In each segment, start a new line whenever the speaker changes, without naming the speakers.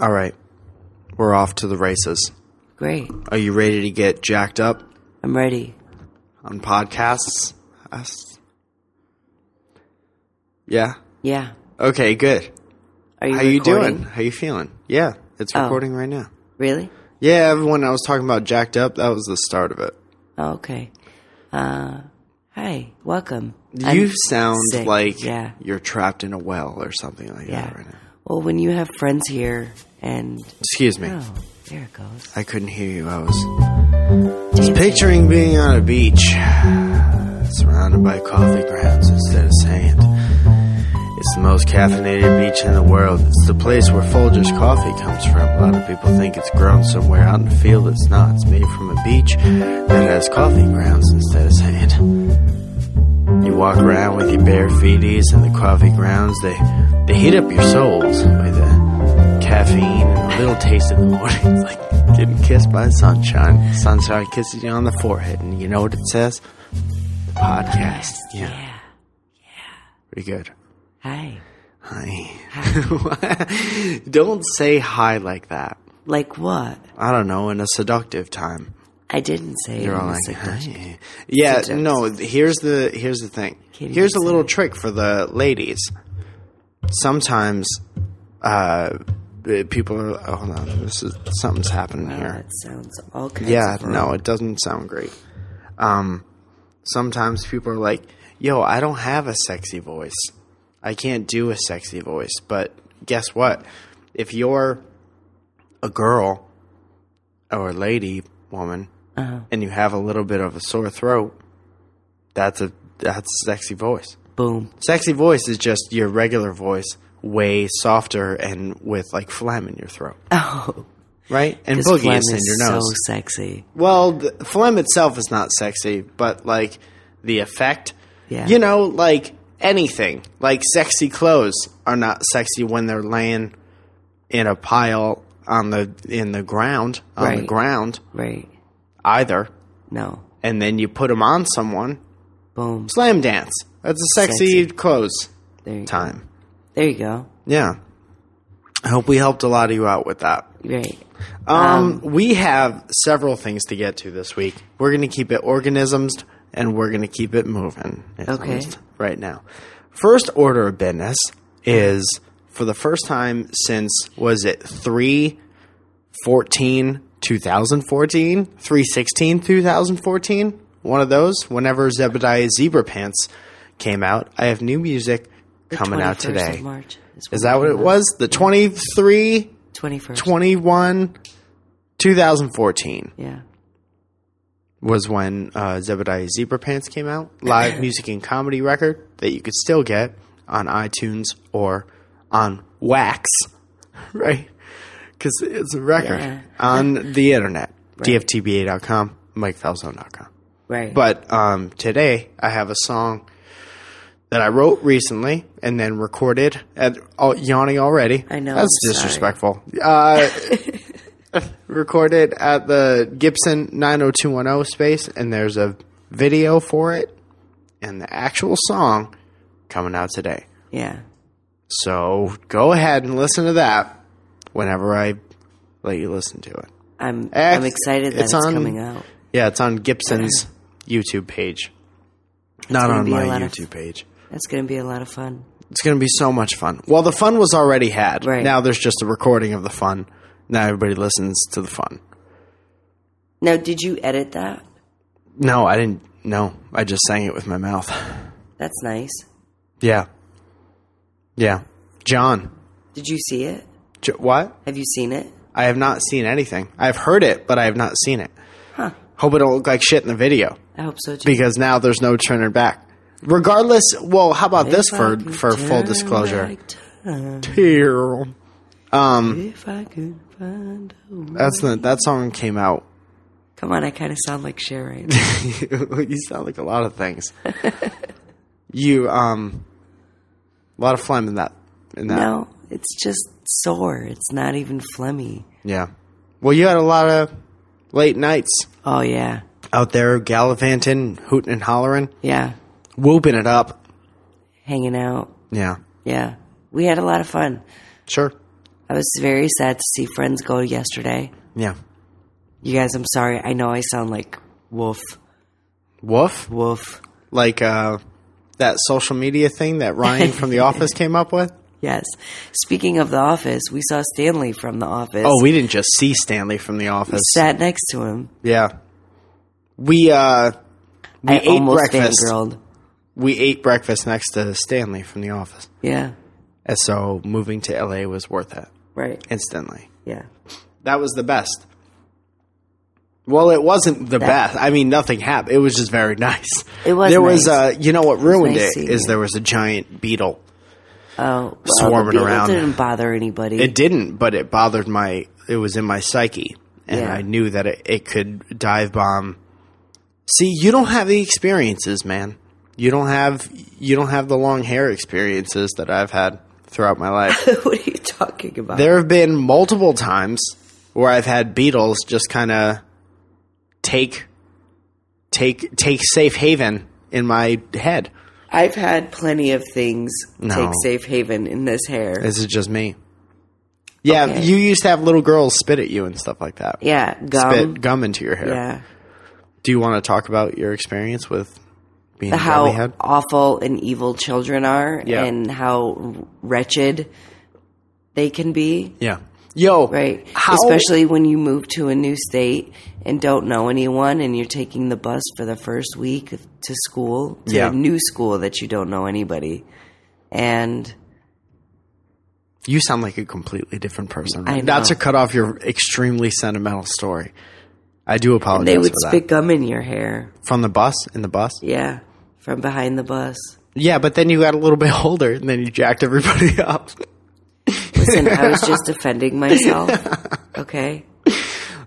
All right. We're off to the races.
Great.
Are you ready to get jacked up
I'm ready.
on podcasts? Us? Yeah.
Yeah.
Okay, good.
Are you
How you
recording?
doing? How you feeling? Yeah, it's
Oh.
recording right now.
Really?
Yeah, everyone I was talking about jacked up, that was the start of it.
Oh, okay. Uh, hi. Welcome.
you
I'm
sound
sick.
like
yeah.
you're trapped in a well or something like
Yeah.
that right now.
Well, when you have friends here and
Excuse me.
oh, there it goes.
I couldn't hear you. I was just picturing being on a beach surrounded by coffee grounds instead of sand. It's the most caffeinated beach in the world. It's the place where Folgers coffee comes from. A lot of people think it's grown somewhere out in the field. It's not. It's made from a beach that has coffee grounds instead of sand. You walk around with your bare feeties and the coffee grounds. They they heat up your souls with uh, caffeine and a little taste in the morning. It's like getting kissed by sunshine. Sunshine kisses you on the forehead, and you know what it says? The podcast. Yeah,
Yeah.
pretty good.
Hi.
Hi. Don't say hi like that.
Like what?
I don't know. In a seductive time,
I didn't say
you're
it
all
was
like,
seductive.
"Hi." yeah.
Seductive.
No, here's the here's the thing.
Katie
Here's a
Dixon.
little trick for the ladies. Sometimes, uh, the people. Are, oh, hold on, this is something's happening
Wow,
here.
that sounds all kinds
Yeah,
of
no, it doesn't sound great. Um, sometimes people are like, "Yo, I don't have a sexy voice. I can't do a sexy voice." But guess what? If you're a girl or a lady woman
Uh-huh.
and you have a little bit of a sore throat, that's a that's a sexy voice.
boom.
Sexy voice is just your regular voice, way softer and with like phlegm in your throat,
Oh,
right? And
this
booginess
phlegm
in
is
your nose.
so sexy.
Well, the phlegm itself is not sexy, but like the effect,
Yeah.
you know, like anything, like sexy clothes are not sexy when they're laying in a pile on the in the ground on the
Right.
ground
Right.
either,
No.
and then you put them on someone,
Boom.
slam dance. That's a sexy,
Sexy.
clothes
There you go.
time.
There you go.
Yeah, I hope we helped a lot of you out with that.
Great.
Um, we have several things to get to this week. We're going to keep it organisms and we're going to keep it moving. at
Okay.
least Right now. First order of business is for the first time since, was it 3 14 2014? 3 16 2014? One of those. Whenever Zebediah Zebra Pants came out, I have new music coming out
21st of
today.
March is,
Is that what it was? The 23-
Twenty first.
21 2014
Yeah.
was when uh, Zebediah Zebra Pants came out. Live music and comedy record that you could still get on iTunes or on Wax, right? Because it's a record
Yeah.
on the internet. DFTBA.com, MikeFalzone.com.
Right.
But um, today I have a song that I wrote recently and then recorded at oh, yawning already.
I know,
that's
I'm sorry.
disrespectful. Uh, recorded at the Gibson 90210 space, and there's a video for it, and the actual song coming out today.
yeah.
So go ahead and listen to that whenever I let you listen to it.
I'm
Ex-
I'm excited that
it's
it's,
on-
coming out.
Yeah, it's on Gibson's YouTube page. Not
gonna
on
be a
my
lot of-
YouTube page.
That's going to be a lot of fun.
It's going to be so much fun. Well, the fun was already had.
Right.
Now there's just a recording of the fun. Now everybody listens to the fun.
Now, did you edit that?
No, I didn't. No, I just sang it with my mouth.
That's nice.
Yeah. Yeah. John.
Did you see it?
J- what?
Have you seen it?
I have not seen anything. I've heard it, but I have not seen it.
Huh.
Hope it don't look like shit in the video.
I hope so too.
because now there's no turning back. Regardless, well, how about this
If I
for
could
for full
turn
disclosure?
back time,
Tear. Mm.
If I could find a way.
That's the that song came out.
Come on, I kind of sound like Cher right
you sound like a lot of things. you um, a lot of phlegm in that in that.
now. no, it's just sore. It's not even phlegmy.
Yeah. Well, you had a lot of late nights
Oh yeah,
out there gallivanting, hooting and hollering,
yeah.
whooping it up.
Hanging out.
Yeah.
Yeah, we had a lot of fun.
Sure.
I was very sad to see friends go yesterday.
Yeah.
You guys, I'm sorry. I know I sound like wolf,
Woof?
wolf.
Like uh, that social media thing that Ryan from The Office came up with?
Yes. Speaking of The Office, we saw Stanley from The Office.
Oh, we didn't just see Stanley from The Office.
sat next to him.
Yeah. We uh we
I
ate
almost
breakfast.
fangirled.
We ate breakfast next to Stanley from the office.
Yeah.
And so moving to LA was worth it
Right.
instantly.
Yeah.
That was the best. Well, it wasn't the
That-
best. I mean, nothing happened. It was just very nice.
It was
There was
nice.
uh you know what ruined
nice
it
seeing
is
you.
there was a giant beetle.
Oh, well,
Swarming
the beetle
around.
didn't bother anybody.
It didn't, but it bothered my it was in my psyche and
Yeah.
I knew that it, it could dive bomb. See, you don't have the experiences, man. You don't have you don't have the long hair experiences that I've had throughout my life.
what are you talking about?
there have been multiple times where I've had beetles just kind of take take take safe haven in my head.
I've had plenty of things
No.
take safe haven in this hair.
This is just me. Yeah,
Okay.
you used to have little girls spit at you and stuff like that.
yeah, gum.
spit gum into your hair.
Um, Yeah.
Do you want to talk about your experience with being a
How
gummy head?
awful and evil children are
Yeah.
and how wretched they can be.
Yeah. Yo.
Right.
How,
Especially when you move to a new state and don't know anyone and you're taking the bus for the first week to school, to
Yeah.
a new school that you don't know anybody. And
You sound like a completely different person.
I
Not
know.
to cut off your extremely sentimental story. I do apologize
they would
for
spit gum in your hair.
that. From the bus? In the bus?
Yeah. From behind the bus.
Yeah, but then you got a little bit older and then you jacked everybody up.
Listen, I was just defending myself. Okay.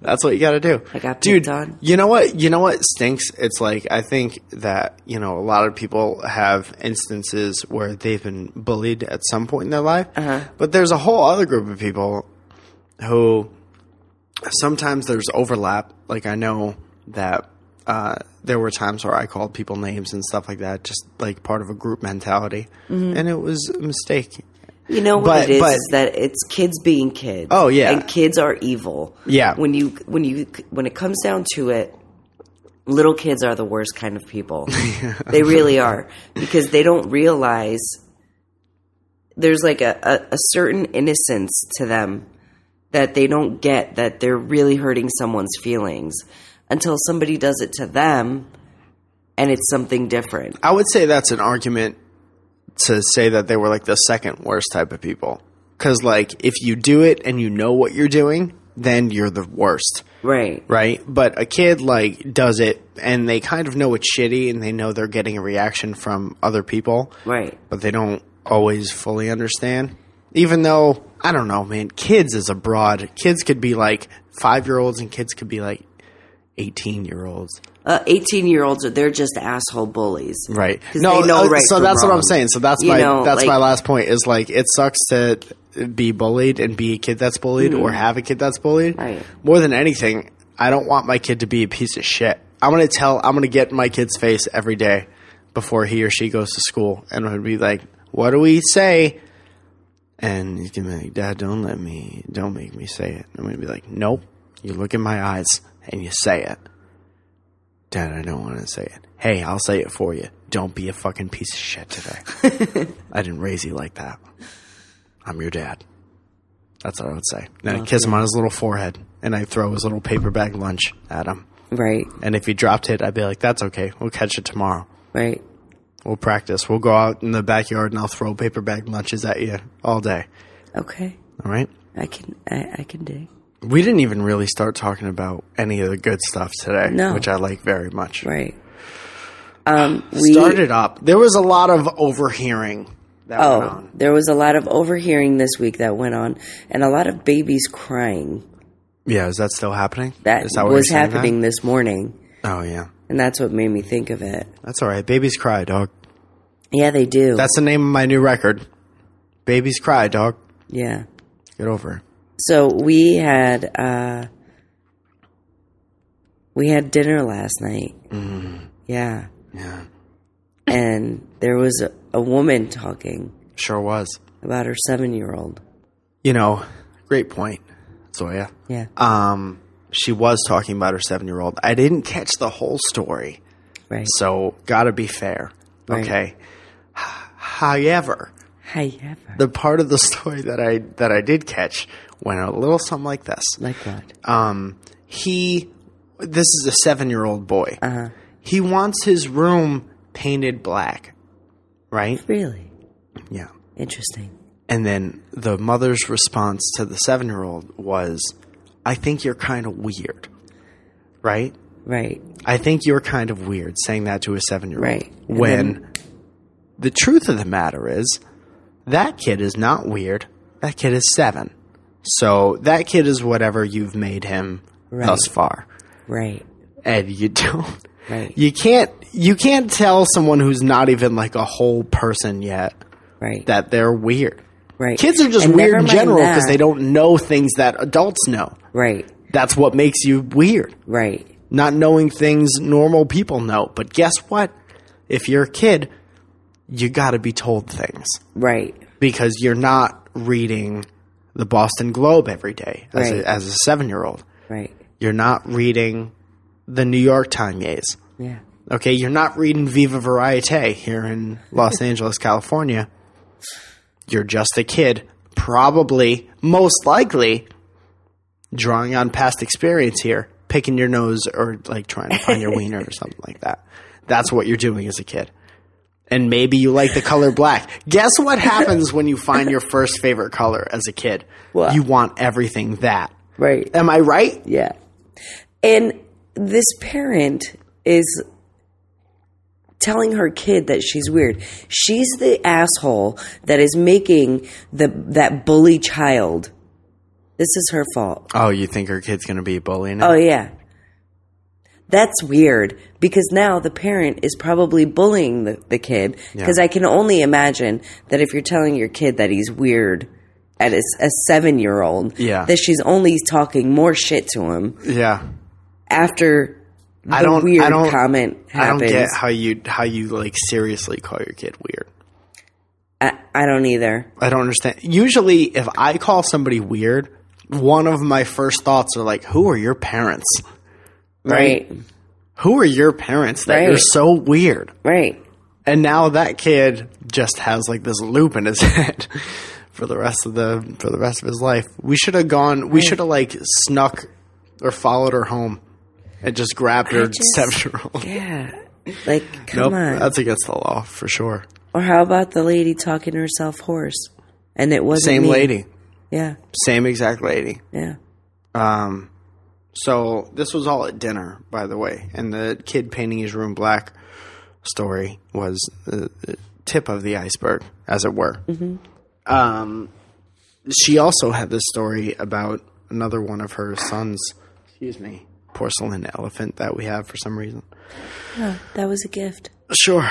That's what you got to do.
I got
Dude,
picked on.
you know what? You know what stinks? It's like I think that you know a lot of people have instances where they've been bullied at some point in their life,
Uh-huh.
but there's a whole other group of people who sometimes there's overlap. Like I know that uh, there were times where I called people names and stuff like that, just like part of a group mentality,
Mm-hmm.
and it was a mistake.
You know what
But-
it is
but-
is that it's kids being kids.
Oh, yeah.
and kids are evil.
Yeah.
when you when you when it comes down to it, little kids are the worst kind of people. they really are because they don't realize there's like a, a, a certain innocence to them that they don't get that they're really hurting someone's feelings until somebody does it to them, and it's something different.
I would say that's an argument to say that they were like the second worst type of people. Because, like, if you do it and you know what you're doing, then you're the worst,
Right.
right? But a kid, like, does it and they kind of know it's shitty and they know they're getting a reaction from other people,
Right.
but they don't always fully understand. Even though, I don't know, man, kids is a broad. Kids could be like five year olds and kids could be like 18 year olds.
uh, 18 year olds are they're just asshole bullies
Right. uh,
'Cause they know right
so
from
that's what I'm
wrong.
saying. So that's
You
my
know,
that's
like-
my last point is like it sucks to be bullied and be a kid that's bullied or have a kid that's bullied.
Right.
More than anything, I don't want my kid to be a piece of shit. I'm gonna tell I'm gonna get in my kid's face every day before he or she goes to school and I'm gonna be like, What do we say? And he's gonna be like, Dad, don't let me don't make me say it. I'm gonna be like, Nope. You look in my eyes and you say it. Dad, I don't want to say it. Hey, I'll say it for you. Don't be a fucking piece of shit today. I didn't raise you like that. I'm your dad. That's what I would say. Then I kiss him on his little forehead and I throw his little paper bag lunch at him.
right
And if he dropped it, I'd be like, that's okay. We'll catch it tomorrow.
right
We'll practice. We'll go out in the backyard and I'll throw paper bag lunches at you all day.
okay
All right?
i can i, I can dig
We didn't even really start talking about any of the good stuff today,
No.
which I like very much.
right um we
started up. There was a lot of overhearing that went
oh
on.
there was a lot of overhearing this week that went on and a lot of babies crying
Yeah, is that still happening?
that,
Is that what
was
you're saying that?
happening this morning
Oh yeah,
and that's what made me think of it
that's all right. Babies cry, dog.
yeah they do
That's the name of my new record. Babies cry, dog.
yeah
Get over.
so we had uh we had dinner last night
Mm-hmm.
yeah
it. Yeah,
and there was a, a woman talking
sure was.
about her seven year old.
You know, Great point, Zoya.
Yeah.
Um, she was talking about her seven year old. I didn't catch the whole story,
Right.
so gotta be fair.
Right.
Okay. H- However,
However,
the part of the story that I that I did catch went a little something like this.
like what?
Um, he, this is a seven year old boy. He wants his room painted black, right?
Really
Yeah.
interesting.
And then the mother's response to the seven year old was, I think you're kind of weird, right?
Right.
I think you're kind of weird saying that to a seven year old.
Right. And
When the truth of the matter is, that kid is not weird. That kid is seven. So that kid is whatever you've made him
Right.
thus far.
Right.
And you don't.
Right.
You can't you can't tell someone who's not even like a whole person yet
right.
that they're weird.
right.
Kids are just
And
weird
never
in
mind
general because
that.
they don't know things that adults know.
Right.
That's what makes you weird.
Right.
Not knowing things normal people know. But guess what? If you're a kid, you got to be told things
Right.
because you're not reading the Boston Globe every day as
Right.
a, as a seven year old.
Right.
You're not reading the New York Times.
Yeah.
Okay, you're not reading Viva Variete here in Los Angeles, California. You're just a kid, probably, most likely, drawing on past experience here, picking your nose or like trying to find your wiener or something like that. That's what you're doing as a kid. And maybe you like the color black. Guess what happens when you find your first favorite color as a kid?
What?
You want everything that.
Right.
Am I right?
Yeah. And this parent is telling her kid that she's weird. She's the asshole that is making the that bully child. This is her fault.
Oh, you think her kid's going to be a bully now?
Oh yeah. That's weird because now the parent is probably bullying the, the kid because I can only imagine that if you're telling your kid that he's weird at a, s- a seven year old,
Yeah.
that she's only talking more shit to him
yeah.
after the
I don't-
weird
I don't-
comment happens.
I don't get how you how you like seriously call your kid weird.
I, I don't either.
I don't understand. Usually, if I call somebody weird, one of my first thoughts are like, "Who are your parents?
Right.
Who are your parents that you're
Right.
so weird?"
Right.
And now that kid just has like this loop in his head for the rest of the for the rest of his life. We should have gone. We should have like snuck or followed her home and just grabbed her
just-
seven year old.
Yeah. Like, come
Nope, Uh,
on.
that's against the law for sure.
or how about the lady talking herself hoarse? And it wasn't
Same
me.
lady,
Yeah.
same exact lady.
Yeah.
Um, so this was all at dinner, by the way, and the kid painting his room black story was the, the tip of the iceberg, as it were. Um, she also had this story about another one of her sons. Excuse me, porcelain elephant that we have for some reason.
That was a gift
Sure,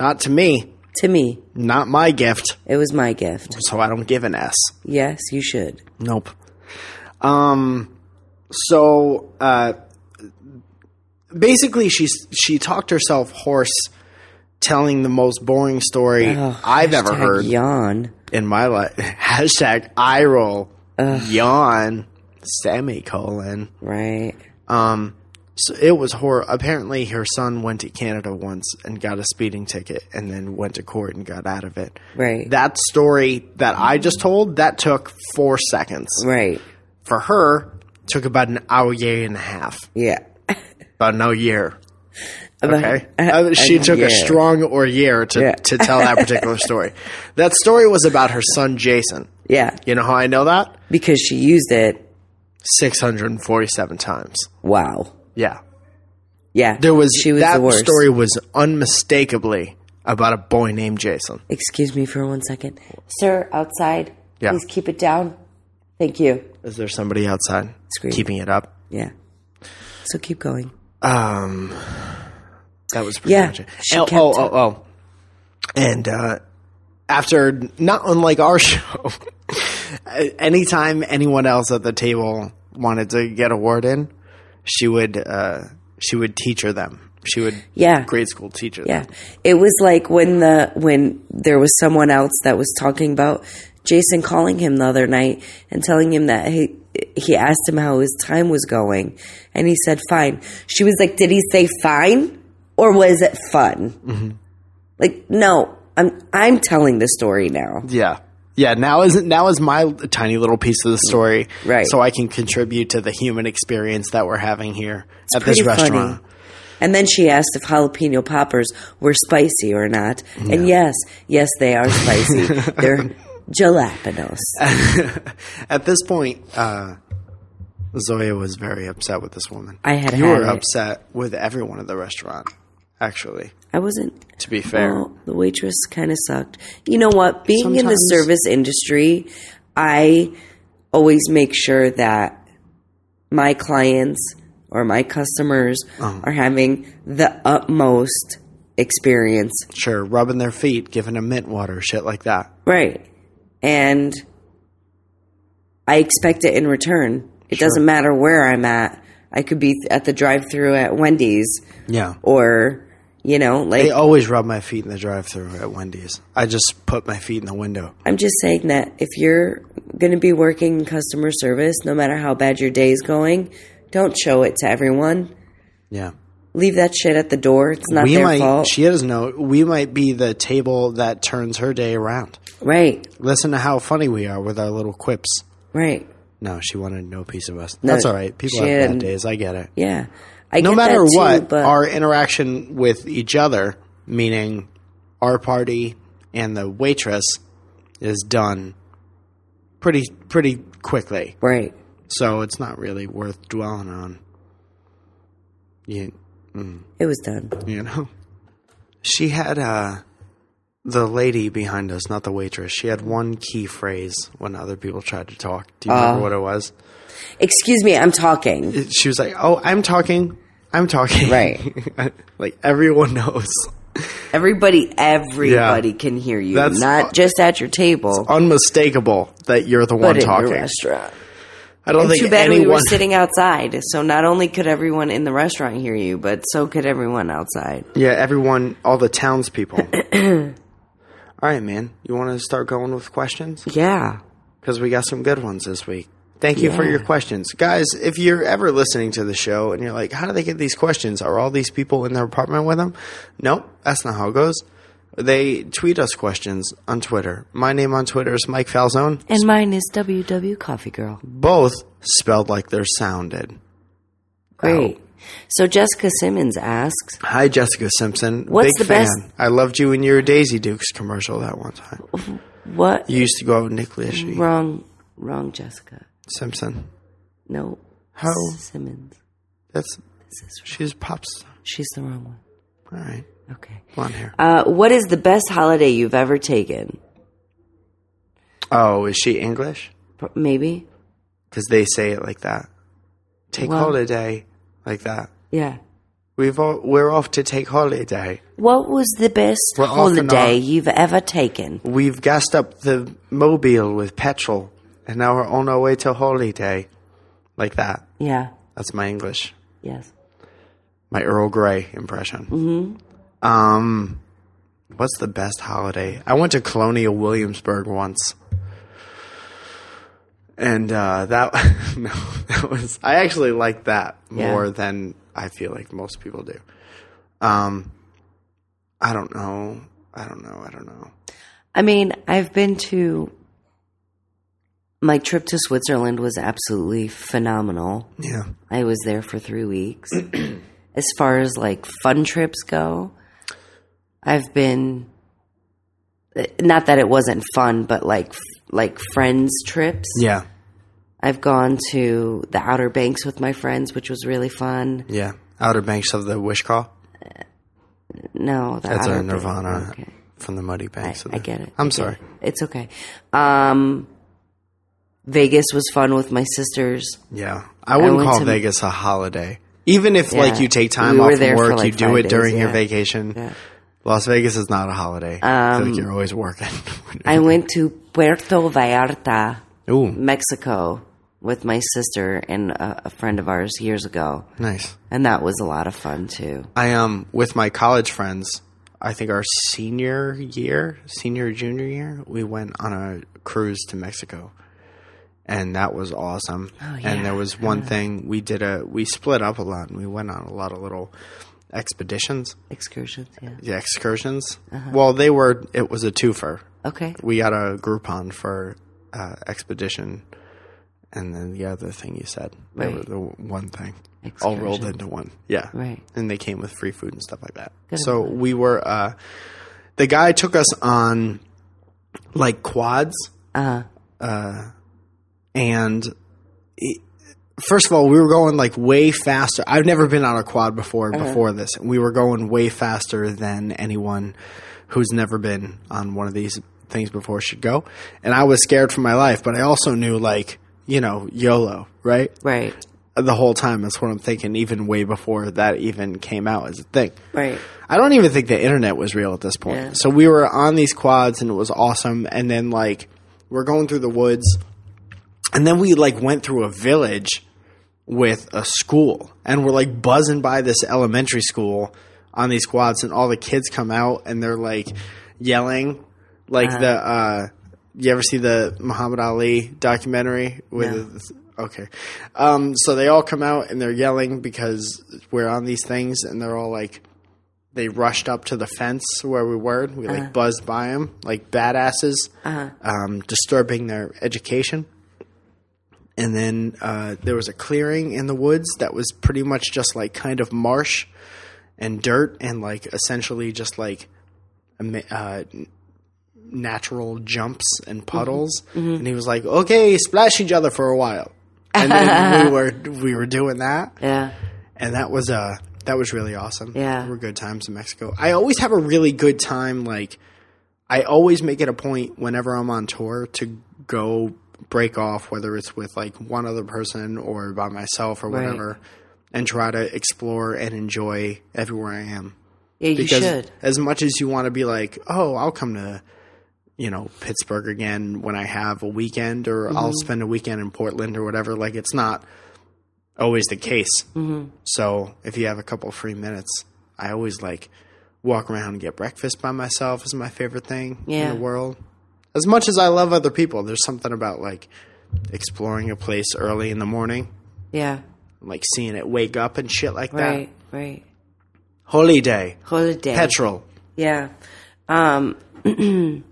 not to me,
to me.
not my gift.
It was my gift.
So I don't give an S.
Yes, you should.
Nope. Um. So, uh, basically, she she talked herself hoarse, telling the most boring story I've ever
Tag
heard
Yawn.
in my life. Hashtag eye roll, yawn, semicolon.
Right.
Um. So it was horror. Apparently, her son went to Canada once and got a speeding ticket, and then went to court and got out of it.
Right.
That story that I just told that took four seconds
right.
for her took about an hour year and a half
Yeah.
about no year okay
About-
Uh, she took
yeah.
a strong or year to,
Yeah.
to tell that particular story that story was about her son jason
Yeah.
you know how i know that
Because she used it.
647 times
Wow.
yeah
Yeah.
there was
she was
that
the worst.
story was unmistakably about a boy named jason
Excuse me for one second. Sir, outside.
Yeah.
Please keep it down. Thank you.
is there somebody outside
Scream.
keeping it up
Yeah. So keep going.
Um, that was pretty
Yeah,
much it.
she
oh,
kept
oh, oh, oh. And uh, after, not unlike our show, anytime anyone else at the table wanted to get a word in, she would uh, she would teacher them. She would
Yeah.
grade school teacher
Yeah.
them.
It was like when the when there was someone else that was talking about Jason calling him the other night and telling him that he he asked him how his time was going, and he said fine. She was like, "Did he say fine or was it fun?"
Mm-hmm.
Like, no, I'm I'm telling the story now.
Yeah. Yeah, now is now is my tiny little piece of the story,
Right.
So I can contribute to the human experience that we're having here at
pretty
this restaurant.
funny. And then she asked if jalapeno poppers were spicy or not. And yes, yes, they are spicy. They're jalapenos.
At this point, uh, Zoya was very upset with this woman.
I had
you
had
were
it.
upset with everyone at the restaurant, actually.
I wasn't.
To be fair,
Well, the waitress kind of sucked. You know what? Being in the
Sometimes-
service industry, I always make sure that my clients or my customers
Uh-huh.
are having the utmost experience
sure, rubbing their feet, giving them mint water, shit like that.
Right. And I expect it in return. It doesn't matter where I'm at. I could be at the drive thru at Wendy's
Yeah,
or, you know, like
they always rub my feet in the drive-through at Wendy's. I just put my feet in the window.
I'm just saying that if you're going to be working in customer service, no matter how bad your day is going, don't show it to everyone.
Yeah,
Leave that shit at the door. It's not
we
their
might.
fault.
She doesn't know. We might be the table that turns her day around.
right.
Listen to how funny we are with our little quips.
Right.
No, she wanted no piece of us. That's all right. People
she
have bad
didn't.
days. I get it.
Yeah. I
no
get
matter
that too,
what,
but
our interaction with each other, meaning our party and the waitress, is done pretty pretty quickly.
right.
So it's not really worth dwelling on. You
It was done.
you know, she had uh, the lady behind us, not the waitress. She had one key phrase when other people tried to talk. Do you
Uh.
remember what it was?
Excuse me, I'm talking.
It- She was like, "Oh, I'm talking." I'm talking.
Right.
like everyone knows.
Everybody, everybody can hear you.
That's-
not just at your table,
unmistakable that you're the one
but in
talking.
your restaurant.
I don't think
Too bad
anyone.
we were sitting outside, so not only could everyone in the restaurant hear you, but so could everyone outside.
yeah, everyone, all the townspeople. all right, man. You want to start going with questions
Yeah,
because we got some good ones this week. Thank you for your questions, guys. If you're ever listening to the show and you're like, "How do they get these questions? Are all these people in their apartment with them?" Nope, that's not how it goes. They tweet us questions on Twitter. My name on Twitter is Mike Falzone.
and mine is WW Coffee Girl.
Both spelled like they're sounded.
Great. So Jessica Simmons asks,
Hi, Jessica Simpson.
What's
Big
the
fan.
best-
I loved you in your Daisy Dukes commercial that one time.
"What
You used to go out with Nick Lachey.
wrong? Wrong, Jessica?
Simpson.
No,
How?
Simmons?
That's
This is
she's a pop star.
she's the wrong one.
All right,
Okay.
blonde hair.
Uh, what is the best holiday you've ever taken?
oh, is she English?
P- Maybe.
Because they say it like that. Take
Well-
holiday, like that.
Yeah.
We've all, we're off to take holiday.
What was the best
We're off and
holiday
on.
you've ever taken?
We've gassed up the mobile with petrol, and now we're on our way to holiday, like that.
Yeah.
That's my English.
Yes.
my Earl Grey impression. Mm-hmm. Um, what's the best holiday? I went to Colonial Williamsburg once, and uh, that no, that was I actually liked that
Yeah.
more than I feel like most people do. Um, I don't know. I don't know. I don't know.
I mean, I've been to. My trip to Switzerland was absolutely phenomenal.
Yeah,
I was there for three weeks. as far as like fun trips go, I've been. eh, Not that it wasn't fun, but like f- like friends trips.
yeah,
I've gone to the Outer Banks with my friends, which was really fun.
yeah. Outer Banks of the Wish Call.
No, the
That's
Outer
our
Banks-
Nirvana
okay.
from the Muddy Banks. of
I
the-
get it. I
I'm
get
sorry.
it. It's okay. Um, Vegas was fun with my sisters.
Yeah, I wouldn't
went
call
to-
Vegas a holiday. Even if like
Yeah.
you take time
We were
off
there
from
for,
work,
like,
you do
five
it
days,
during your
yeah. Um,
vacation. Las Vegas is not a holiday. I feel like you're always working.
I went to Puerto Vallarta,
Ooh,
Mexico, with my sister and a, a friend of ours years ago,
nice.
and that was a lot of fun too.
I um with my college friends. I think our senior year, senior or junior year, we went on a cruise to Mexico, and that was awesome.
Oh, yeah.
And there was one thing we did a we split up a lot, and we went on a lot of little expeditions,
Excursions, yeah.
yeah, excursions.
Uh-huh.
Well, they were it was a twofer.
Okay.
We got a Groupon for uh, expedition, and then the other thing you said, they
Right.
were the w- one thing all rolled into one. Yeah.
Right.
And they came with free food and stuff like that. So we were uh the guy took us on like quads. Uh-huh. Uh and it- first of all, we were going like way faster. I've never been on a quad before before this. We were going way faster than anyone who's never been on one of these things before should go. And I was scared for my life, but I also knew like, you know, YOLO, right?
Right.
the whole time. That's what I'm thinking, even way before that even came out as a thing.
Right.
I don't even think the internet was real at this point.
Yeah.
So we were on these quads and it was awesome. And then like we're going through the woods, and then we like went through a village with a school, and we're like buzzing by this elementary school on these quads, and all the kids come out and they're like yelling, like the. uh you ever see the Muhammad Ali documentary with okay. Um so they all come out and they're yelling because we're on these things and they're all like they rushed up to the fence where we were. We like buzzed by them like badasses, um, disturbing their education. And then uh, there was a clearing in the woods that was pretty much just like kind of marsh and dirt and like essentially just like a ma- uh, n- natural jumps and puddles. And he was like, "Okay, splash each other for a while." And then we were we were doing that
Yeah.
and that was uh that was really awesome.
Yeah.
There were good times in Mexico. I always have a really good time. Like, I always make it a point whenever I'm on tour to go break off, whether it's with like one other person or by myself or
Right.
whatever, and try to explore and enjoy everywhere I am.
Yeah, you
Because
should.
as much as you want to be like, oh, I'll come to you know Pittsburgh again when I have a weekend, or I'll
Mm-hmm.
spend a weekend in Portland or whatever. Like it's not always the case.
Mm-hmm.
So if you have a couple free minutes, I always like walk around and get breakfast by myself is my favorite thing
Yeah.
in the world. As much as I love other people, there's something about like exploring a place early in the morning,
Yeah.
like seeing it wake up and shit like
Right.
that.
Right.
Holiday,
Holiday.
petrol.
Yeah. Um,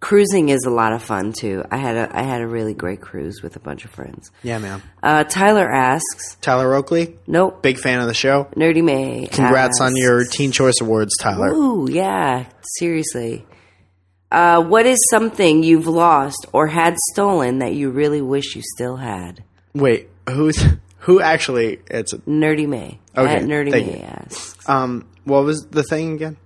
cruising is a lot of fun too. I had a I had a really great cruise with a bunch of friends.
Yeah, man.
Uh, Tyler asks,
Tyler Oakley,
"Nope,
big fan of the show.
Nerdy May."
Congrats on
asks-
your Teen Choice Awards, Tyler.
Ooh, yeah. Seriously. Uh, what is something you've lost or had stolen that you really wish you still had?
Wait, who's who actually it's
Nerdy May.
Okay,
At Nerdy
thank
May
you.
asks.
um what was the thing again?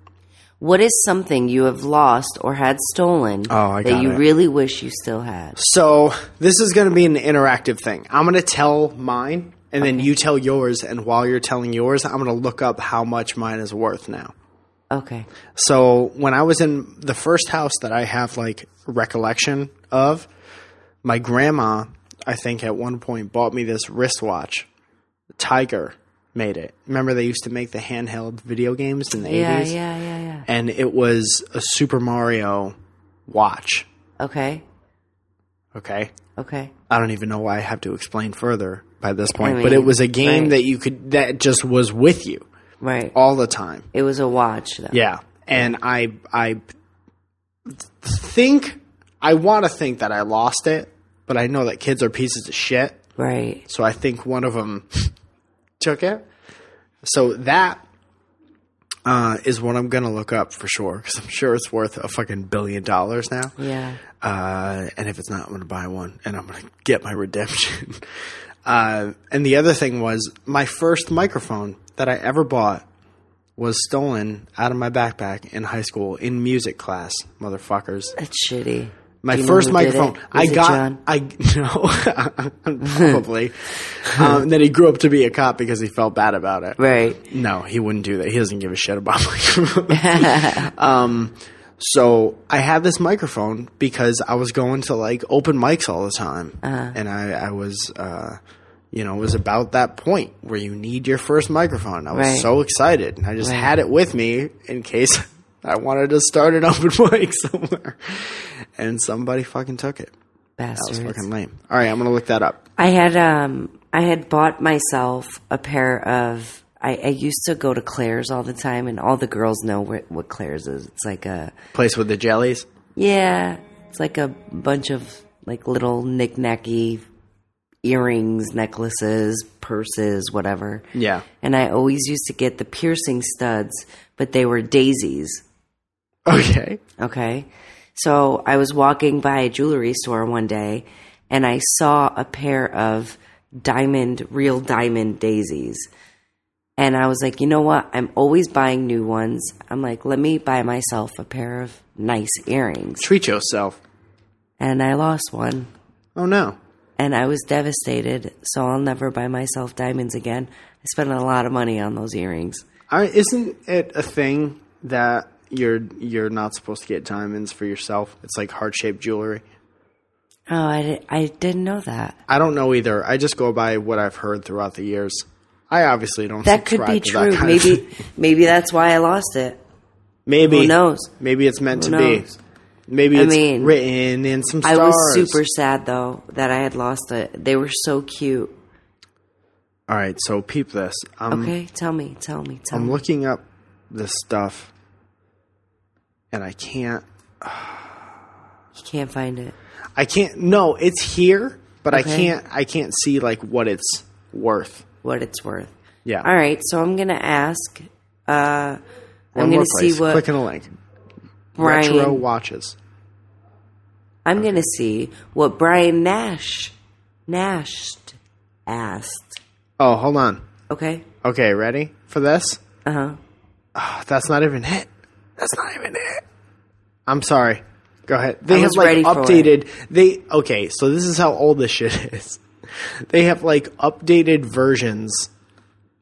What is something you have lost or had stolen
Oh, I
that
got
you
it.
really wish you still had?
So this is going to be an interactive thing. I'm going to tell mine, and then you tell yours. And while you're telling yours, I'm going to look up how much mine is worth now.
Okay.
So when I was in the first house that I have like recollection of, my grandma, I think at one point bought me this wristwatch. Tiger made it. Remember they used to make the handheld video games in the
Yeah,
80s?
yeah, yeah, yeah.
And it was a Super Mario watch.
Okay.
Okay.
Okay.
I don't even know why I have to explain further by this point,
I
but it
mean,
was a game
right.
that you could that just was with you
Right.
all the time.
It was a watch, though.
Yeah, and I I think I want to think that I lost it, but I know that kids are pieces of shit,
Right.
so I think one of them took it. So that uh, is what I'm gonna look up for sure because I'm sure it's worth a fucking billion dollars now.
Yeah.
Uh, and if it's not, I'm going to buy one and I'm going to get my redemption. uh, and the other thing was my first microphone that I ever bought was stolen out of my backpack in high school in music class, motherfuckers.
That's shitty.
My
Do you know
first
who did it?
microphone.
Was
I
it
got.
John?
I no, probably. um, then he grew up to be a cop because he felt bad about it.
Right.
No, he wouldn't do that. He doesn't give a shit about microphones. um, so I had this microphone
Uh-huh.
because I was going to like open mics all the time, and I, I was, uh, you know, it was about that point where you need your first microphone. I was
Right.
so excited, and I just
Right.
had it with me in case I wanted to start an open mic somewhere. And somebody fucking took it. That was
Bastards.
fucking lame. All right, I'm gonna look that up.
I had um I had bought myself a pair of I, I used to go to Claire's all the time and all the girls know what, what Claire's is. It's like a
Place with the jellies.
yeah, it's like a bunch of like little knick-knacky earrings, necklaces, purses, whatever.
Yeah.
And I always used to get the piercing studs, but they were daisies.
Okay.
Okay. So I was walking by a jewelry store one day and I saw a pair of diamond, real diamond daisies. And I was like, you know what? I'm always buying new ones. I'm like, let me buy myself a pair of nice earrings.
Treat yourself.
And I lost one
Oh no.
and I was devastated. So I'll never buy myself diamonds again. I spent a lot of money on those earrings.
I, isn't it a thing that you're you're not supposed to get diamonds for yourself? It's like heart shaped jewelry.
Oh, I, di- I didn't know that.
I don't know either. I just go by what I've heard throughout the years. I obviously don't.
That could be
subscribe to that
true.
kind of
Maybe,
thing.
maybe that's why I lost it.
maybe
Who knows?
Maybe it's meant
Who
to be.
knows?
Maybe it's
mean,
written in some
I
stars.
was super sad though that I had lost it. They were so cute.
All right, so peep this. I'm
Okay, tell me, tell me, tell
I'm
me.
looking up this stuff, and I can't.
You can't find it.
I can't. No, it's here, but I
Okay.
can't. I can't see like what it's worth.
What it's worth.
Yeah.
All right, so I'm gonna ask. Uh, I'm gonna see what
Click on a link.
Brian.
Retro watches.
I'm gonna see what Brian Nash Nash asked.
Oh, hold on.
Okay.
Okay, ready for this?
Uh huh.
Oh, that's not even it. That's not even it. I'm sorry. Go ahead. They
I
have
was
like
ready for
updated. They okay. So this is how old this shit is. They have like updated versions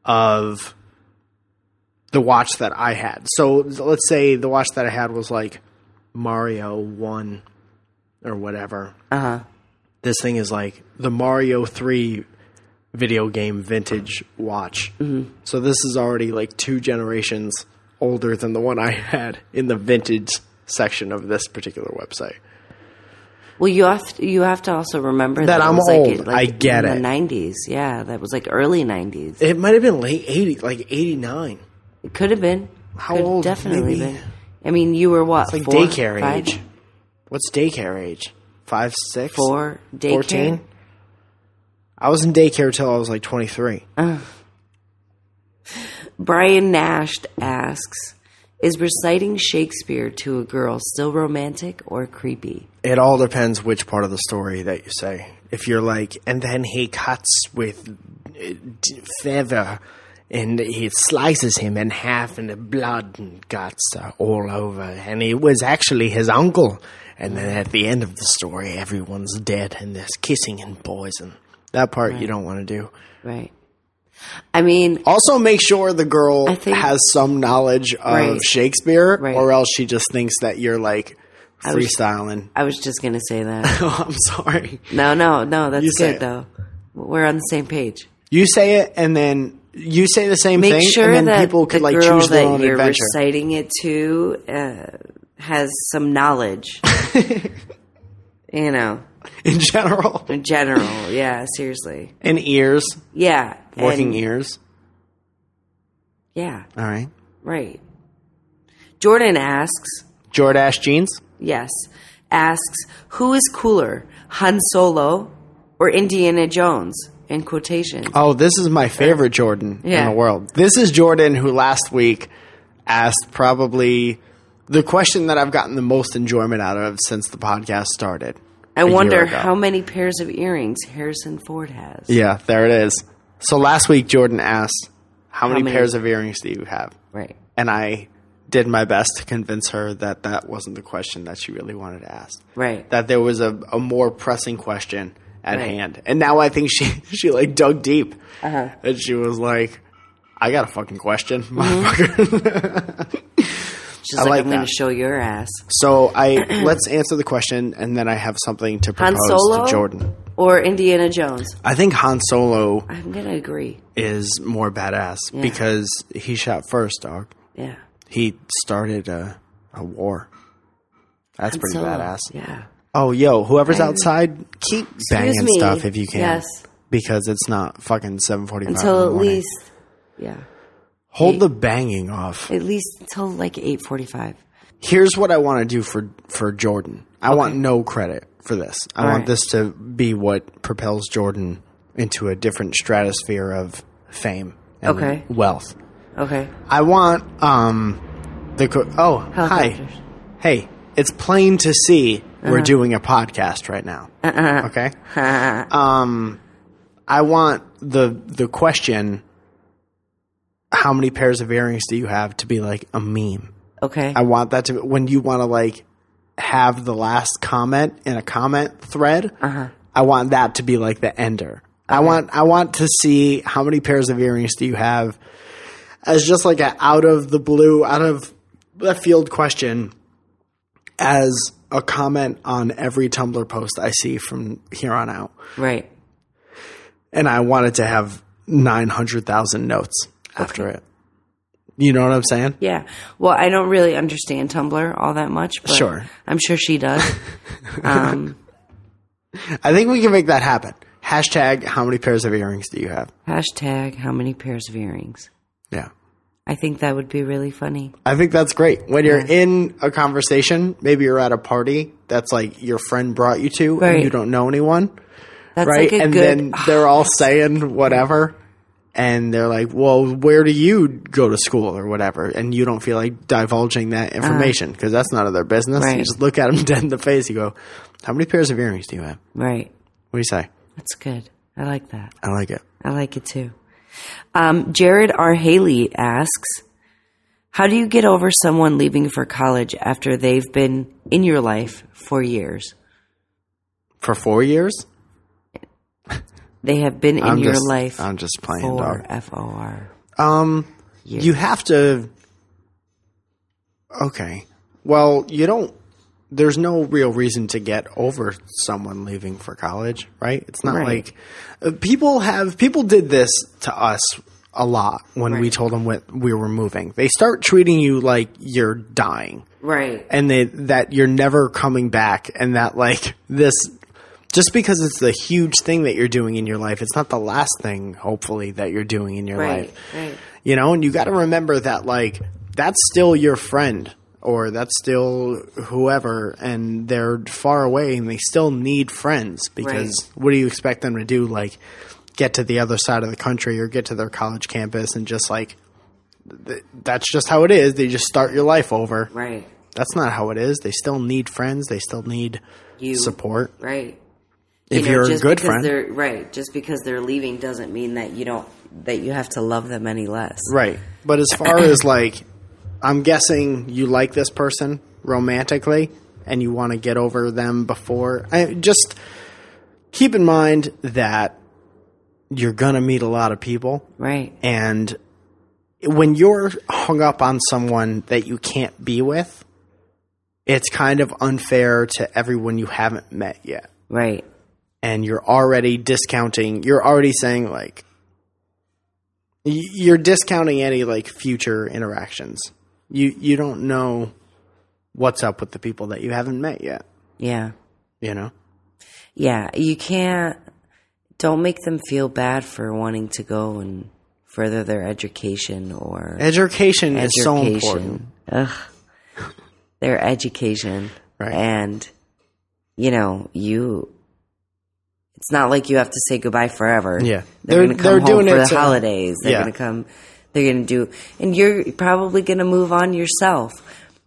of the watch that I had. So let's say the watch that I had was like Mario One or whatever.
Uh huh.
this thing is like the Mario 3 video game vintage watch. So this is already like two generations older than the one I had in the vintage section of this particular website.
Well, you have to, you have to also remember that,
That
it
I'm
was Like,
old.
it- like
I get
in
it.
The '90s, yeah, that was like early '90s.
It might have been late 80s, like 89.
It could have been.
How
could
old?
Definitely
Maybe.
been. I mean, you were what?
Like
four,
daycare
five?
age. What's daycare age? Five, six,
Four. Daycare.
14? I was in daycare till I was like 23.
Brian Nash asks, "Is reciting Shakespeare to a girl still romantic or creepy?"
It all depends which part of the story that you say. If you're like, and then he cuts with uh, d- feather, and he slices him in half, and the blood and guts are all over, and it was actually his uncle. And then at the end of the story, everyone's dead, and there's kissing and poison. That part you don't want to do.
Right. I mean,
Also, make sure the girl
I think-
has some knowledge of
Right.
Shakespeare,
Right.
or else she just thinks that you're like
was-
freestyling.
I was just gonna say that.
Oh, I'm sorry.
No, no, no. That's
You say
good
it.
though. We're on the same page.
You say it, and then you say the same
Make
thing,
sure
and then
that
people could
the
like
girl
choose their
that
own
you're
adventure.
reciting it to uh, has some knowledge. you know,
in general,
in general. Yeah, seriously.
in ears,
Yeah.
working
and-
ears.
Yeah.
All right,
Right. Jordan asks,
Jordache jeans.
yes, asks, who is cooler, Han Solo or Indiana Jones? In quotation.
Oh, this is my favorite Jordan
Yeah.
in the world. This is Jordan who last week asked probably the question that I've gotten the most enjoyment out of since the podcast started.
I
a year
wonder
ago.
how many pairs of earrings Harrison Ford has.
Yeah, there it is. So last week Jordan asked, "How, many,
many?
pairs of earrings do you have?"
Right.
and I did my best to convince her that that wasn't the question that she really wanted to ask.
Right.
That there was a, a more pressing question at
Right. Uh-huh.
hand. And now I think she she like dug deep,
Mm-hmm.
and she was like, "I got a fucking question, motherfucker."
She's
I
like,
like
I'm going
that.
to show your ass.
So I let's answer the question, and then I have something to
Han
propose
Solo
to Jordan.
or Indiana Jones.
I think Han Solo
I'm going to agree.
is more badass because he shot first, dog.
Yeah.
He started a, a war. That's pretty
Solo.
badass.
Yeah.
Oh, yo, whoever's outside, keep banging
me.
stuff if you can.
Yes.
Because it's not fucking 745 in the
Until at
morning.
least, yeah,
Hold the banging off.
at least until like 8:45.
Here's what I want to do for, for Jordan. I want no credit for this. I want
right.
this to be what propels Jordan into a different stratosphere of fame and
Okay.
wealth.
Okay.
I want um the co- oh hi
Helicopters.
hey it's plain to see we're doing a podcast right now okay um I want the the question how many pairs of earrings do you have to be like a meme
Okay.
I want that to be, when you want to like have the last comment in a comment thread I want that to be like the ender I want I want to see how many pairs of earrings do you have as just like a out of the blue, out of left field question, as a comment on every Tumblr post I see from here on out.
right.
And I wanted to have 900,000 notes after it. You know what I'm saying?
Yeah. Well, I don't really understand Tumblr all that much, but
Sure.
I'm sure she does. um,
I think we can make that happen. Hashtag how many pairs of earrings do you have?
hashtag how many pairs of earrings?
Yeah.
I think that would be really funny.
I think that's great. When you're in a conversation, maybe you're at a party that's like your friend brought you to
Right.
and you don't know anyone.
That's
right?
like a
and
good.
then they're all saying whatever, and they're like, "Well, where do you go to school or whatever?" And you don't feel like divulging that information because that's none of their business.
Uh-huh. Right.
You just look at them dead in the face. You go, "How many pairs of earrings do you have?"
right.
What do you say?
That's good. I like that.
I like it.
I like it too. Um, Jared R. Haley asks, "How do you get over someone leaving for college after they've been in your life for years?
For four years,
They have been in
I'm
your
just,
life
I'm just playing
for
dog.
F O R.
Um,
Yeah.
you have to. Okay. Well, you don't. There's no real reason to get over someone leaving for college, right? It's not
Right.
like uh, people have people did this to us a lot when we told them what we were moving. They start treating you like you're dying
Right?
and they, that you're never coming back and that like this just because it's the huge thing that you're doing in your life, it's not the last thing hopefully that you're doing in your
Right?
life
Right?
you know and you got to remember that like that's still your friend or that's still whoever and they're far away and they still need friends because what do you expect them to do like get to the other side of the country or get to their college campus and just like th- that's just how it is they just start your life over
Right?
that's not how it is they still need friends they still need
You
support
right?
if
You know,
you're a
just
good
because
friend
they're- right? Just because they're leaving doesn't mean that you don't that you have to love them any less.
Right. But as far as like, I'm guessing you like this person romantically and you want to get over them before. I, just keep in mind that you're going to meet a lot of people.
Right?
And when you're hung up on someone that you can't be with, it's kind of unfair to everyone you haven't met yet
Right?
and you're already discounting you're already saying like y- you're discounting any like future interactions you you don't know what's up with the people that you haven't met yet
Yeah.
you know
Yeah, you can't. Don't make them feel bad for wanting to go and further their education or
education, is so
education.
important
Ugh. Their education,
Right.
And you know, you. It's not like you have to say goodbye forever.
Yeah.
they're,
They're-
going to
they're
come home
doing
for
it
the
to-
holidays. They're
Yeah.
going to come. They're going to do, and you're probably going to move on yourself.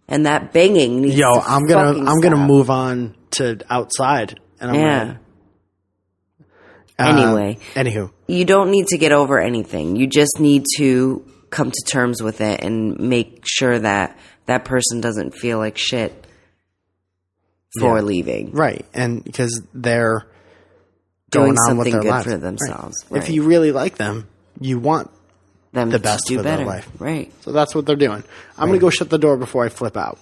And that banging needs.
yo
to
i'm gonna
fucking
i'm gonna
stop.
move on to outside and i'm
Yeah.
gonna, uh,
Anyway.
anywho
you don't need to get over anything. You just need to come to terms with it and make sure that that person doesn't feel like shit for
Yeah.
leaving.
right and because they're
Doing
going on with
something
their
good
lives.
for
Right.
themselves.
if
Right.
you really like them you want
them
the best
to do
for their
better.
life.
Right.
So that's what they're doing. I'm going to go shut the door before I flip out.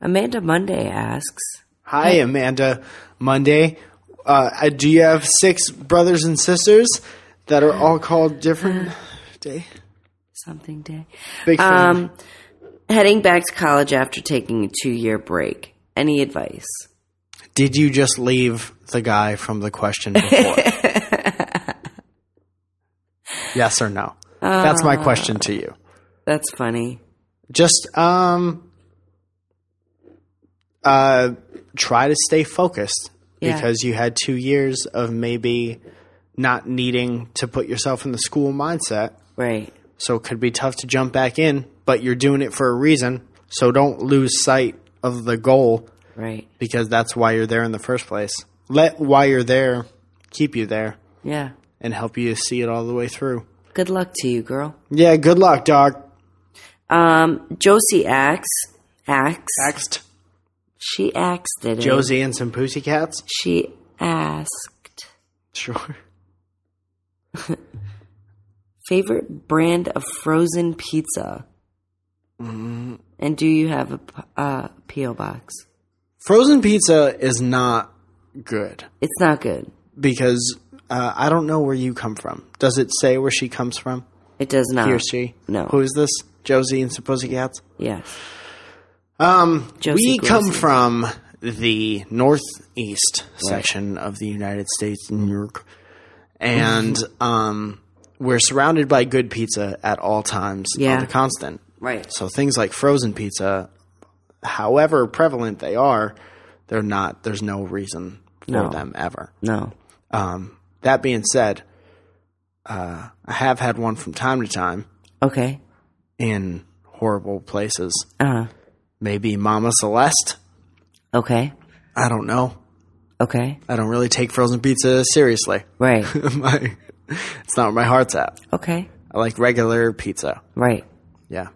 Amanda Monday asks,
Hi, Amanda Monday. Uh, I- do you have six brothers and sisters that are all called
Uh,
different? Day?
something day.
Big fan.
Um, heading back to college after taking a two year break. Any advice?
Did you just leave the guy from the question before? yes or no? That's my question to you.
That's funny.
Just um uh try to stay focused
Yeah.
because you had 2 years of maybe not needing to put yourself in the school mindset.
Right.
So it could be tough to jump back in, but you're doing it for a reason. So don't lose sight of the goal
Right.
because that's why you're there in the first place. Let why you're there keep you there
Yeah.
and help you see it all the way through.
Good luck to you, girl.
Yeah, good luck, dog.
Um, Josie acts. Acts.
Next,
She axed it.
Josie and some pussycats.
She asked
Sure.
favorite brand of frozen pizza. And do you have a p- uh, PO box?
Frozen pizza is not good
It's not good.
because uh, I don't know where you come from. Does it say where she comes from?
It does not.
He or she?
No.
Who is this? Josie and some pussycats?
Yes.
Um,
Josie
we come
Grossman.
from the northeast section of the United States, New York, and
Mm-hmm.
um, we're surrounded by good pizza at all times
Yeah.
on the constant.
Right.
So things like frozen pizza, however prevalent they are, they're not. There's no reason for
No.
them ever.
No.
Um, that being said, uh, I have had one from time to time
Okay.
in horrible places.
Uh huh.
Maybe Mama Celeste.
Okay.
I don't know.
Okay.
I don't really take frozen pizza seriously.
Right.
my, it's not where my heart's at.
okay.
I like regular pizza.
Right.
Yeah.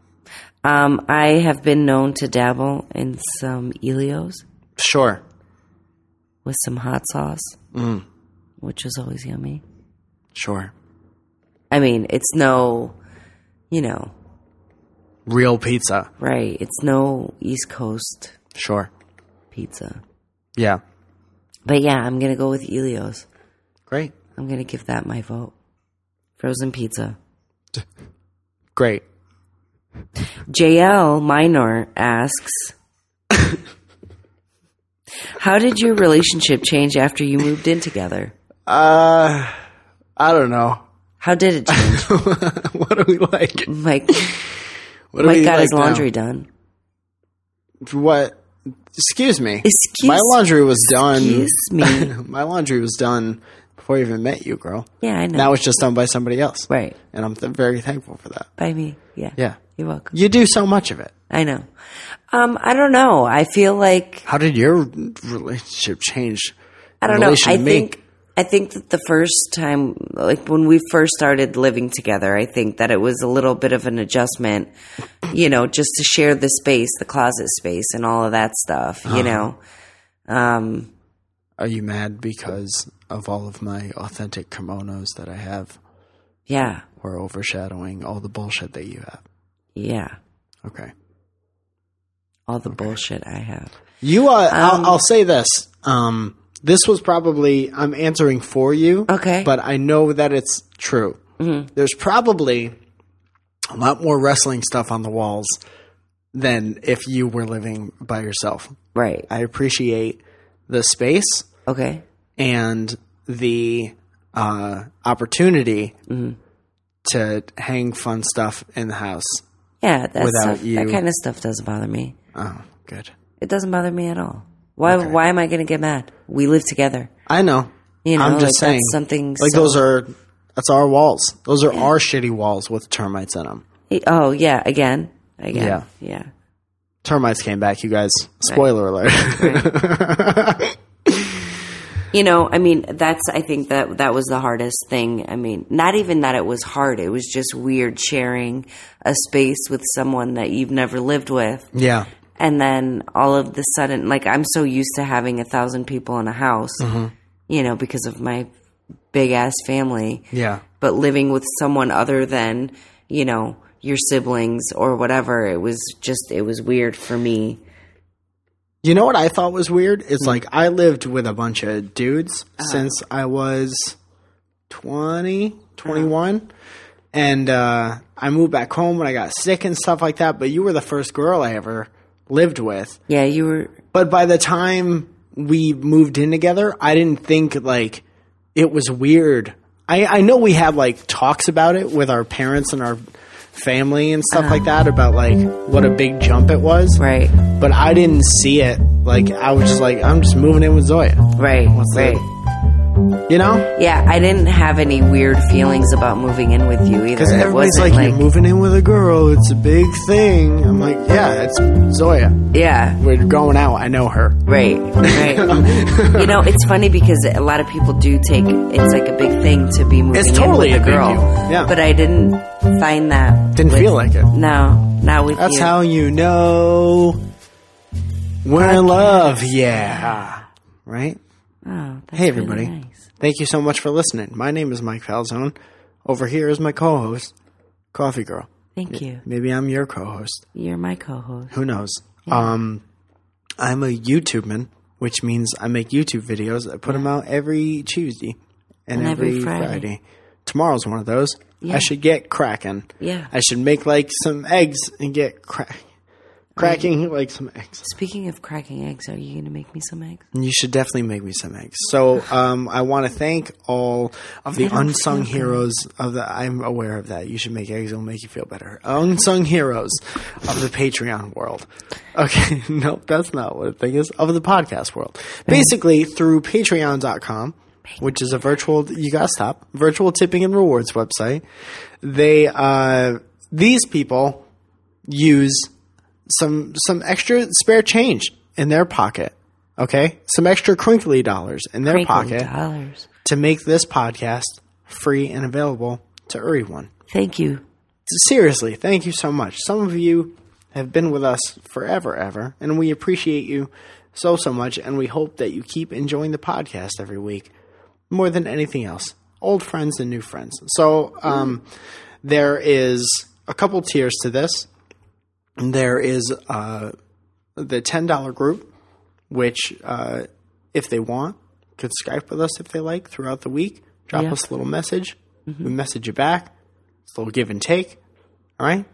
Um, I have been known to dabble in some Elios
Sure.
with some hot sauce,
Mm.
which is always yummy.
Sure.
I mean, it's no, you know,
Real pizza.
right? It's no East Coast
Sure.
pizza.
Yeah.
But yeah, I'm gonna go with Elios.
Great.
I'm gonna give that my vote. Frozen pizza.
Great.
JL Minor asks, "How did your relationship change after you moved in together?
Uh, I don't know.
How did it change?"
what do we like?
Mike,
What do
Mike
we
got
like
his
now?
laundry done.
What? Excuse me.
Excuse-
my laundry was done.
Kiss me.
my laundry was done before I even met you, girl.
Yeah, I know.
Now it's just done by somebody else.
right.
And I'm th- very thankful for that.
By me. Yeah.
Yeah.
You're welcome.
You do so much of it.
I know. Um, I don't know. I feel like
How did your relationship change?
I
in
don't know.
relation
I
to me?
think I think that the first time like when we first started living together, I think that it was a little bit of an adjustment, you know, just to share the space, the closet space and all of that stuff,
Uh-huh.
you know. Um,
Are you mad because of all of my authentic kimonos that I have
yeah.
were overshadowing all the bullshit that you have?
Yeah.
Okay.
All the bullshit I have.
You are. I'll, I'll say this. Um, this was probably I'm answering for you.
Okay. Mm-hmm.
But I know that it's true. There's probably a lot more wrestling stuff on the walls than if you were living by yourself.
Right.
I appreciate the space.
Okay.
and the uh, opportunity
Mm-hmm.
to hang fun stuff in the house.
Yeah, that
Without
stuff,
you.
that kind of stuff doesn't bother me.
Oh, good.
It doesn't bother me at all. Why? Why am I going to get mad? We live together.
I know.
You know,
I'm just
like,
saying.
that's something.
like
so-
those are that's our walls. Those are our shitty walls with termites in them.
Oh yeah, again, again. Yeah,
Termites came back, you guys. Spoiler alert.
You know, I mean, that's. I think that that was the hardest thing. I mean, not even that it was hard. It was just weird sharing a space with someone that you've never lived with,
yeah.
and then all of the sudden, like I'm so used to having a thousand people in a house, you know, because of my big ass family.
Yeah.
but living with someone other than you know, your siblings or whatever. It was just, it was weird for me.
You know what I thought was weird? It's like I lived with a bunch of dudes since I was 20, 21. And uh, I moved back home when I got sick and stuff like that. But you were the first girl I ever lived with.
Yeah, you were,
But by the time we moved in together, I didn't think like it was weird. I, I know we had like talks about it with our parents and our family and stuff like that about like what a big jump it was.
right,
But I didn't see it. Like I was just like, I'm just moving in with Zoya.
right,
that?
right.
You know?
Yeah, I didn't have any weird feelings about moving in with you either.
Because
It
everybody's
wasn't
like,
like,
you're moving in with a girl. It's a big thing. I'm like, yeah, it's Zoya.
yeah,
We're going out. I know her.
right, right. you know, it's funny because a lot of people do take it's like a big thing to be moving
totally
in
a
with a
big
girl.
deal, yeah.
but I didn't find that.
Didn't
with-
feel like it.
No, not with
That's
you. Oh,
how you know we're in love. Yeah. Right?
Oh, that's
Hey,
really
everybody.
nice.
Thank you so much for listening. My name is Mike Falzone. Over here is my co host, Coffee Girl.
Thank you.
Maybe I'm your co host.
You're my co-host.
Who knows? Um, I'm a YouTube man, which means I make YouTube videos. I put them out every Tuesday and,
And every
every, Friday.
Friday.
Tomorrow's one of those. I should get cracking.
Yeah.
I should make like some eggs and get crack cracking like some eggs.
Speaking of cracking eggs, are you going to make me some eggs?
You should definitely make me some eggs. So um, I want to thank all of the unsung heroes of the. I'm aware of that. You should make eggs; it'll make you feel better. Unsung heroes of the Patreon world. Okay, nope, that's not what the thing is. Of the podcast world, basically through Patreon.com, which is a virtual. You gotta stop virtual tipping and rewards website. They uh, these people use some some extra spare change in their pocket. Okay, some extra crinkly dollars in their
Crinkly
pocket
dollars.
to make this podcast free and available to everyone.
Thank you.
Seriously, thank you so much. Some of you have been with us forever, ever, and we appreciate you so so much. And we hope that you keep enjoying the podcast every week more than anything else. Old friends and new friends. So um, there is a couple tiers to this. There is uh, the ten dollar group, which uh, if they want could Skype with us if they like throughout the week. Drop
Yeah. Mm-hmm.
us a little message. We message you back. It's a little give and take. All right,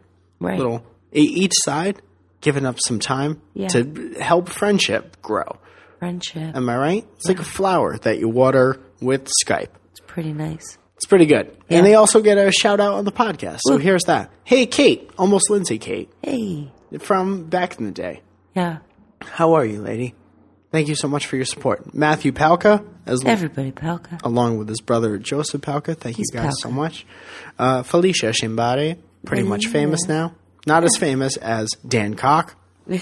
Right.
little e- each side giving up some time
Yeah.
to help friendship grow.
Friendship.
Am I right? It's like a flower that you water with Skype.
it's pretty nice.
It's pretty good.
Yeah.
And they also get a shout out on the podcast. So here's that. Hey, Kate, almost Lindsay Kate
Hey.
from back in the day.
Yeah.
How are you, lady? Thank you so much for your support. Matthew Palka, as
Everybody, Palka.
along with his brother Joseph Palka. Thank
He's
you guys so
Palka.
much. Uh, Felicia Shimbare, pretty much famous now. Not as famous as Dan Cock,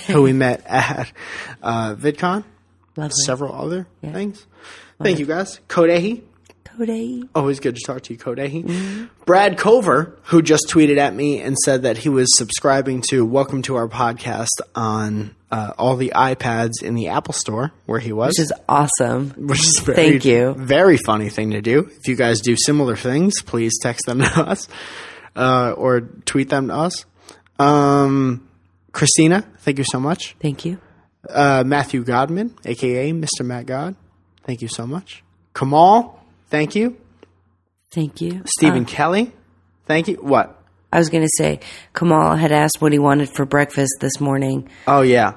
who we met at uh, VidCon,
Lovely.
several other things. Thank you guys. Kodehi,
Cody.
Always good to talk to you, Kodehi.
Mm-hmm.
Brad Culver, who just tweeted at me and said that he was subscribing to Welcome to Our Podcast on uh, all the iPads in the Apple Store where he was.
Which is awesome.
which is very,
Thank you.
Very funny thing to do. If you guys do similar things, please text them to us uh, or tweet them to us. Um, Christina, thank you so much.
Thank you.
Uh, Matthew Godman, aka Mr. Matt God, thank you so much. Kamal, thank you.
Thank you. Uh,
Stephen Kelly. Thank you. What?
I was going to say, Kamal had asked what he wanted for breakfast this morning.
Oh yeah,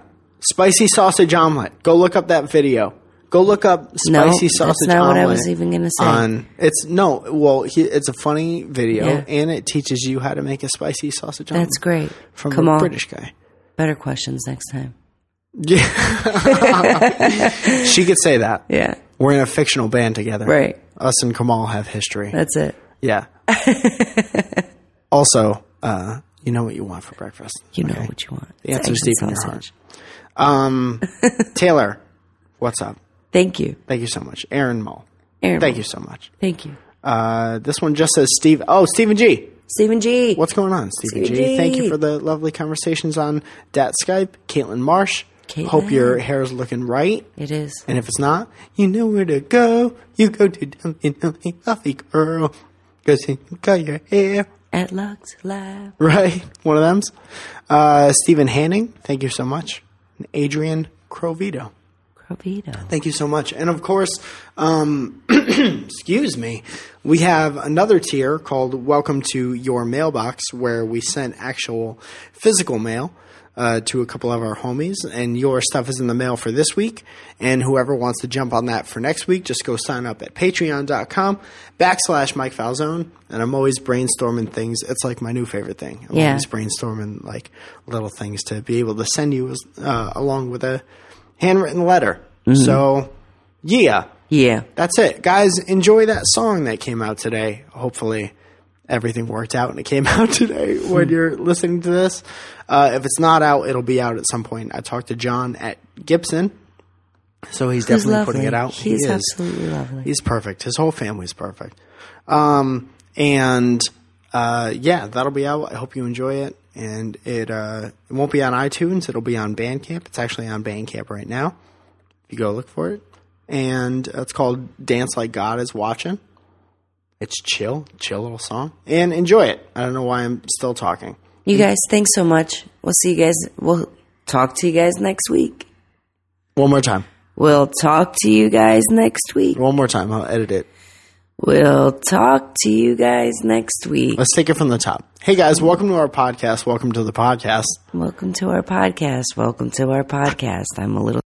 spicy sausage omelet. Go look up that video. Go look up
No,
spicy sausage
that's not
omelet.
what I was even going to say.
on it's no well he, it's a funny video
Yeah.
and it teaches you how to make a spicy sausage omelet
That's great.
from
Kamal,
a British guy.
better questions next time.
She could say that.
Yeah.
We're in a fictional band together.
Right.
Us and Kamal have history.
That's it.
yeah. also, uh, you know what you want for breakfast.
You know what you want.
The answer's
Eggs
deep in
and
your heart.
sausage.
Um, Taylor, what's up?
Thank you.
Thank you so much. Aaron Mull.
Aaron,
Thank you so much.
Thank you.
Uh, this one just says Steve. Oh, Stephen G.
Stephen G.
What's going on, Stephen G?
Stephen G.
Thank you for the lovely conversations on Dat Skype. Caitlin Marsh.
Caitlin.
Hope your hair is looking right.
It is.
And if it's not, you know where to go. You go to Dumb and Dumb and Coffee Girl. Because you got your hair
at Lux Lab.
Right? One of them's. Uh, Stephen Hanning, thank you so much. And Adrian Crovito.
Grovito.
Thank you so much. And of course, um, excuse me, we have another tier called Welcome to Your Mailbox where we send actual physical mail uh, to a couple of our homies. And your stuff is in the mail for this week. And whoever wants to jump on that for next week, just go sign up at patreon.com backslash Mike Falzone. And I'm always brainstorming things. It's like my new favorite thing. I'm
Yeah.
always brainstorming like little things to be able to send you uh, along with a handwritten letter. So, yeah,
Yeah.
that's it. Guys, enjoy that song that came out today. Hopefully, everything worked out and it came out today when you're listening to this. Uh, if it's not out, it'll be out at some point. I talked to John at Gibson, so he's
He's
definitely
lovely.
putting it out. He
He's
is.
absolutely lovely.
He's perfect. His whole family's perfect. Um, and uh, yeah, that'll be out. I hope you enjoy it. And it uh, it won't be on iTunes. It'll be on Bandcamp. It's actually on Bandcamp right now. If you go look for it, and it's called "Dance Like God Is Watching." It's chill, chill little song, and enjoy it. I don't know why I'm still talking.
You guys, thanks so much. We'll see you guys. We'll talk to you guys next week.
One more time.
We'll talk to you guys next week.
One more time. I'll edit it.
We'll talk to you guys next week.
Let's take it from the top. Hey guys, welcome to our podcast. Welcome to the podcast.
Welcome to our podcast. Welcome to our podcast. I'm a little.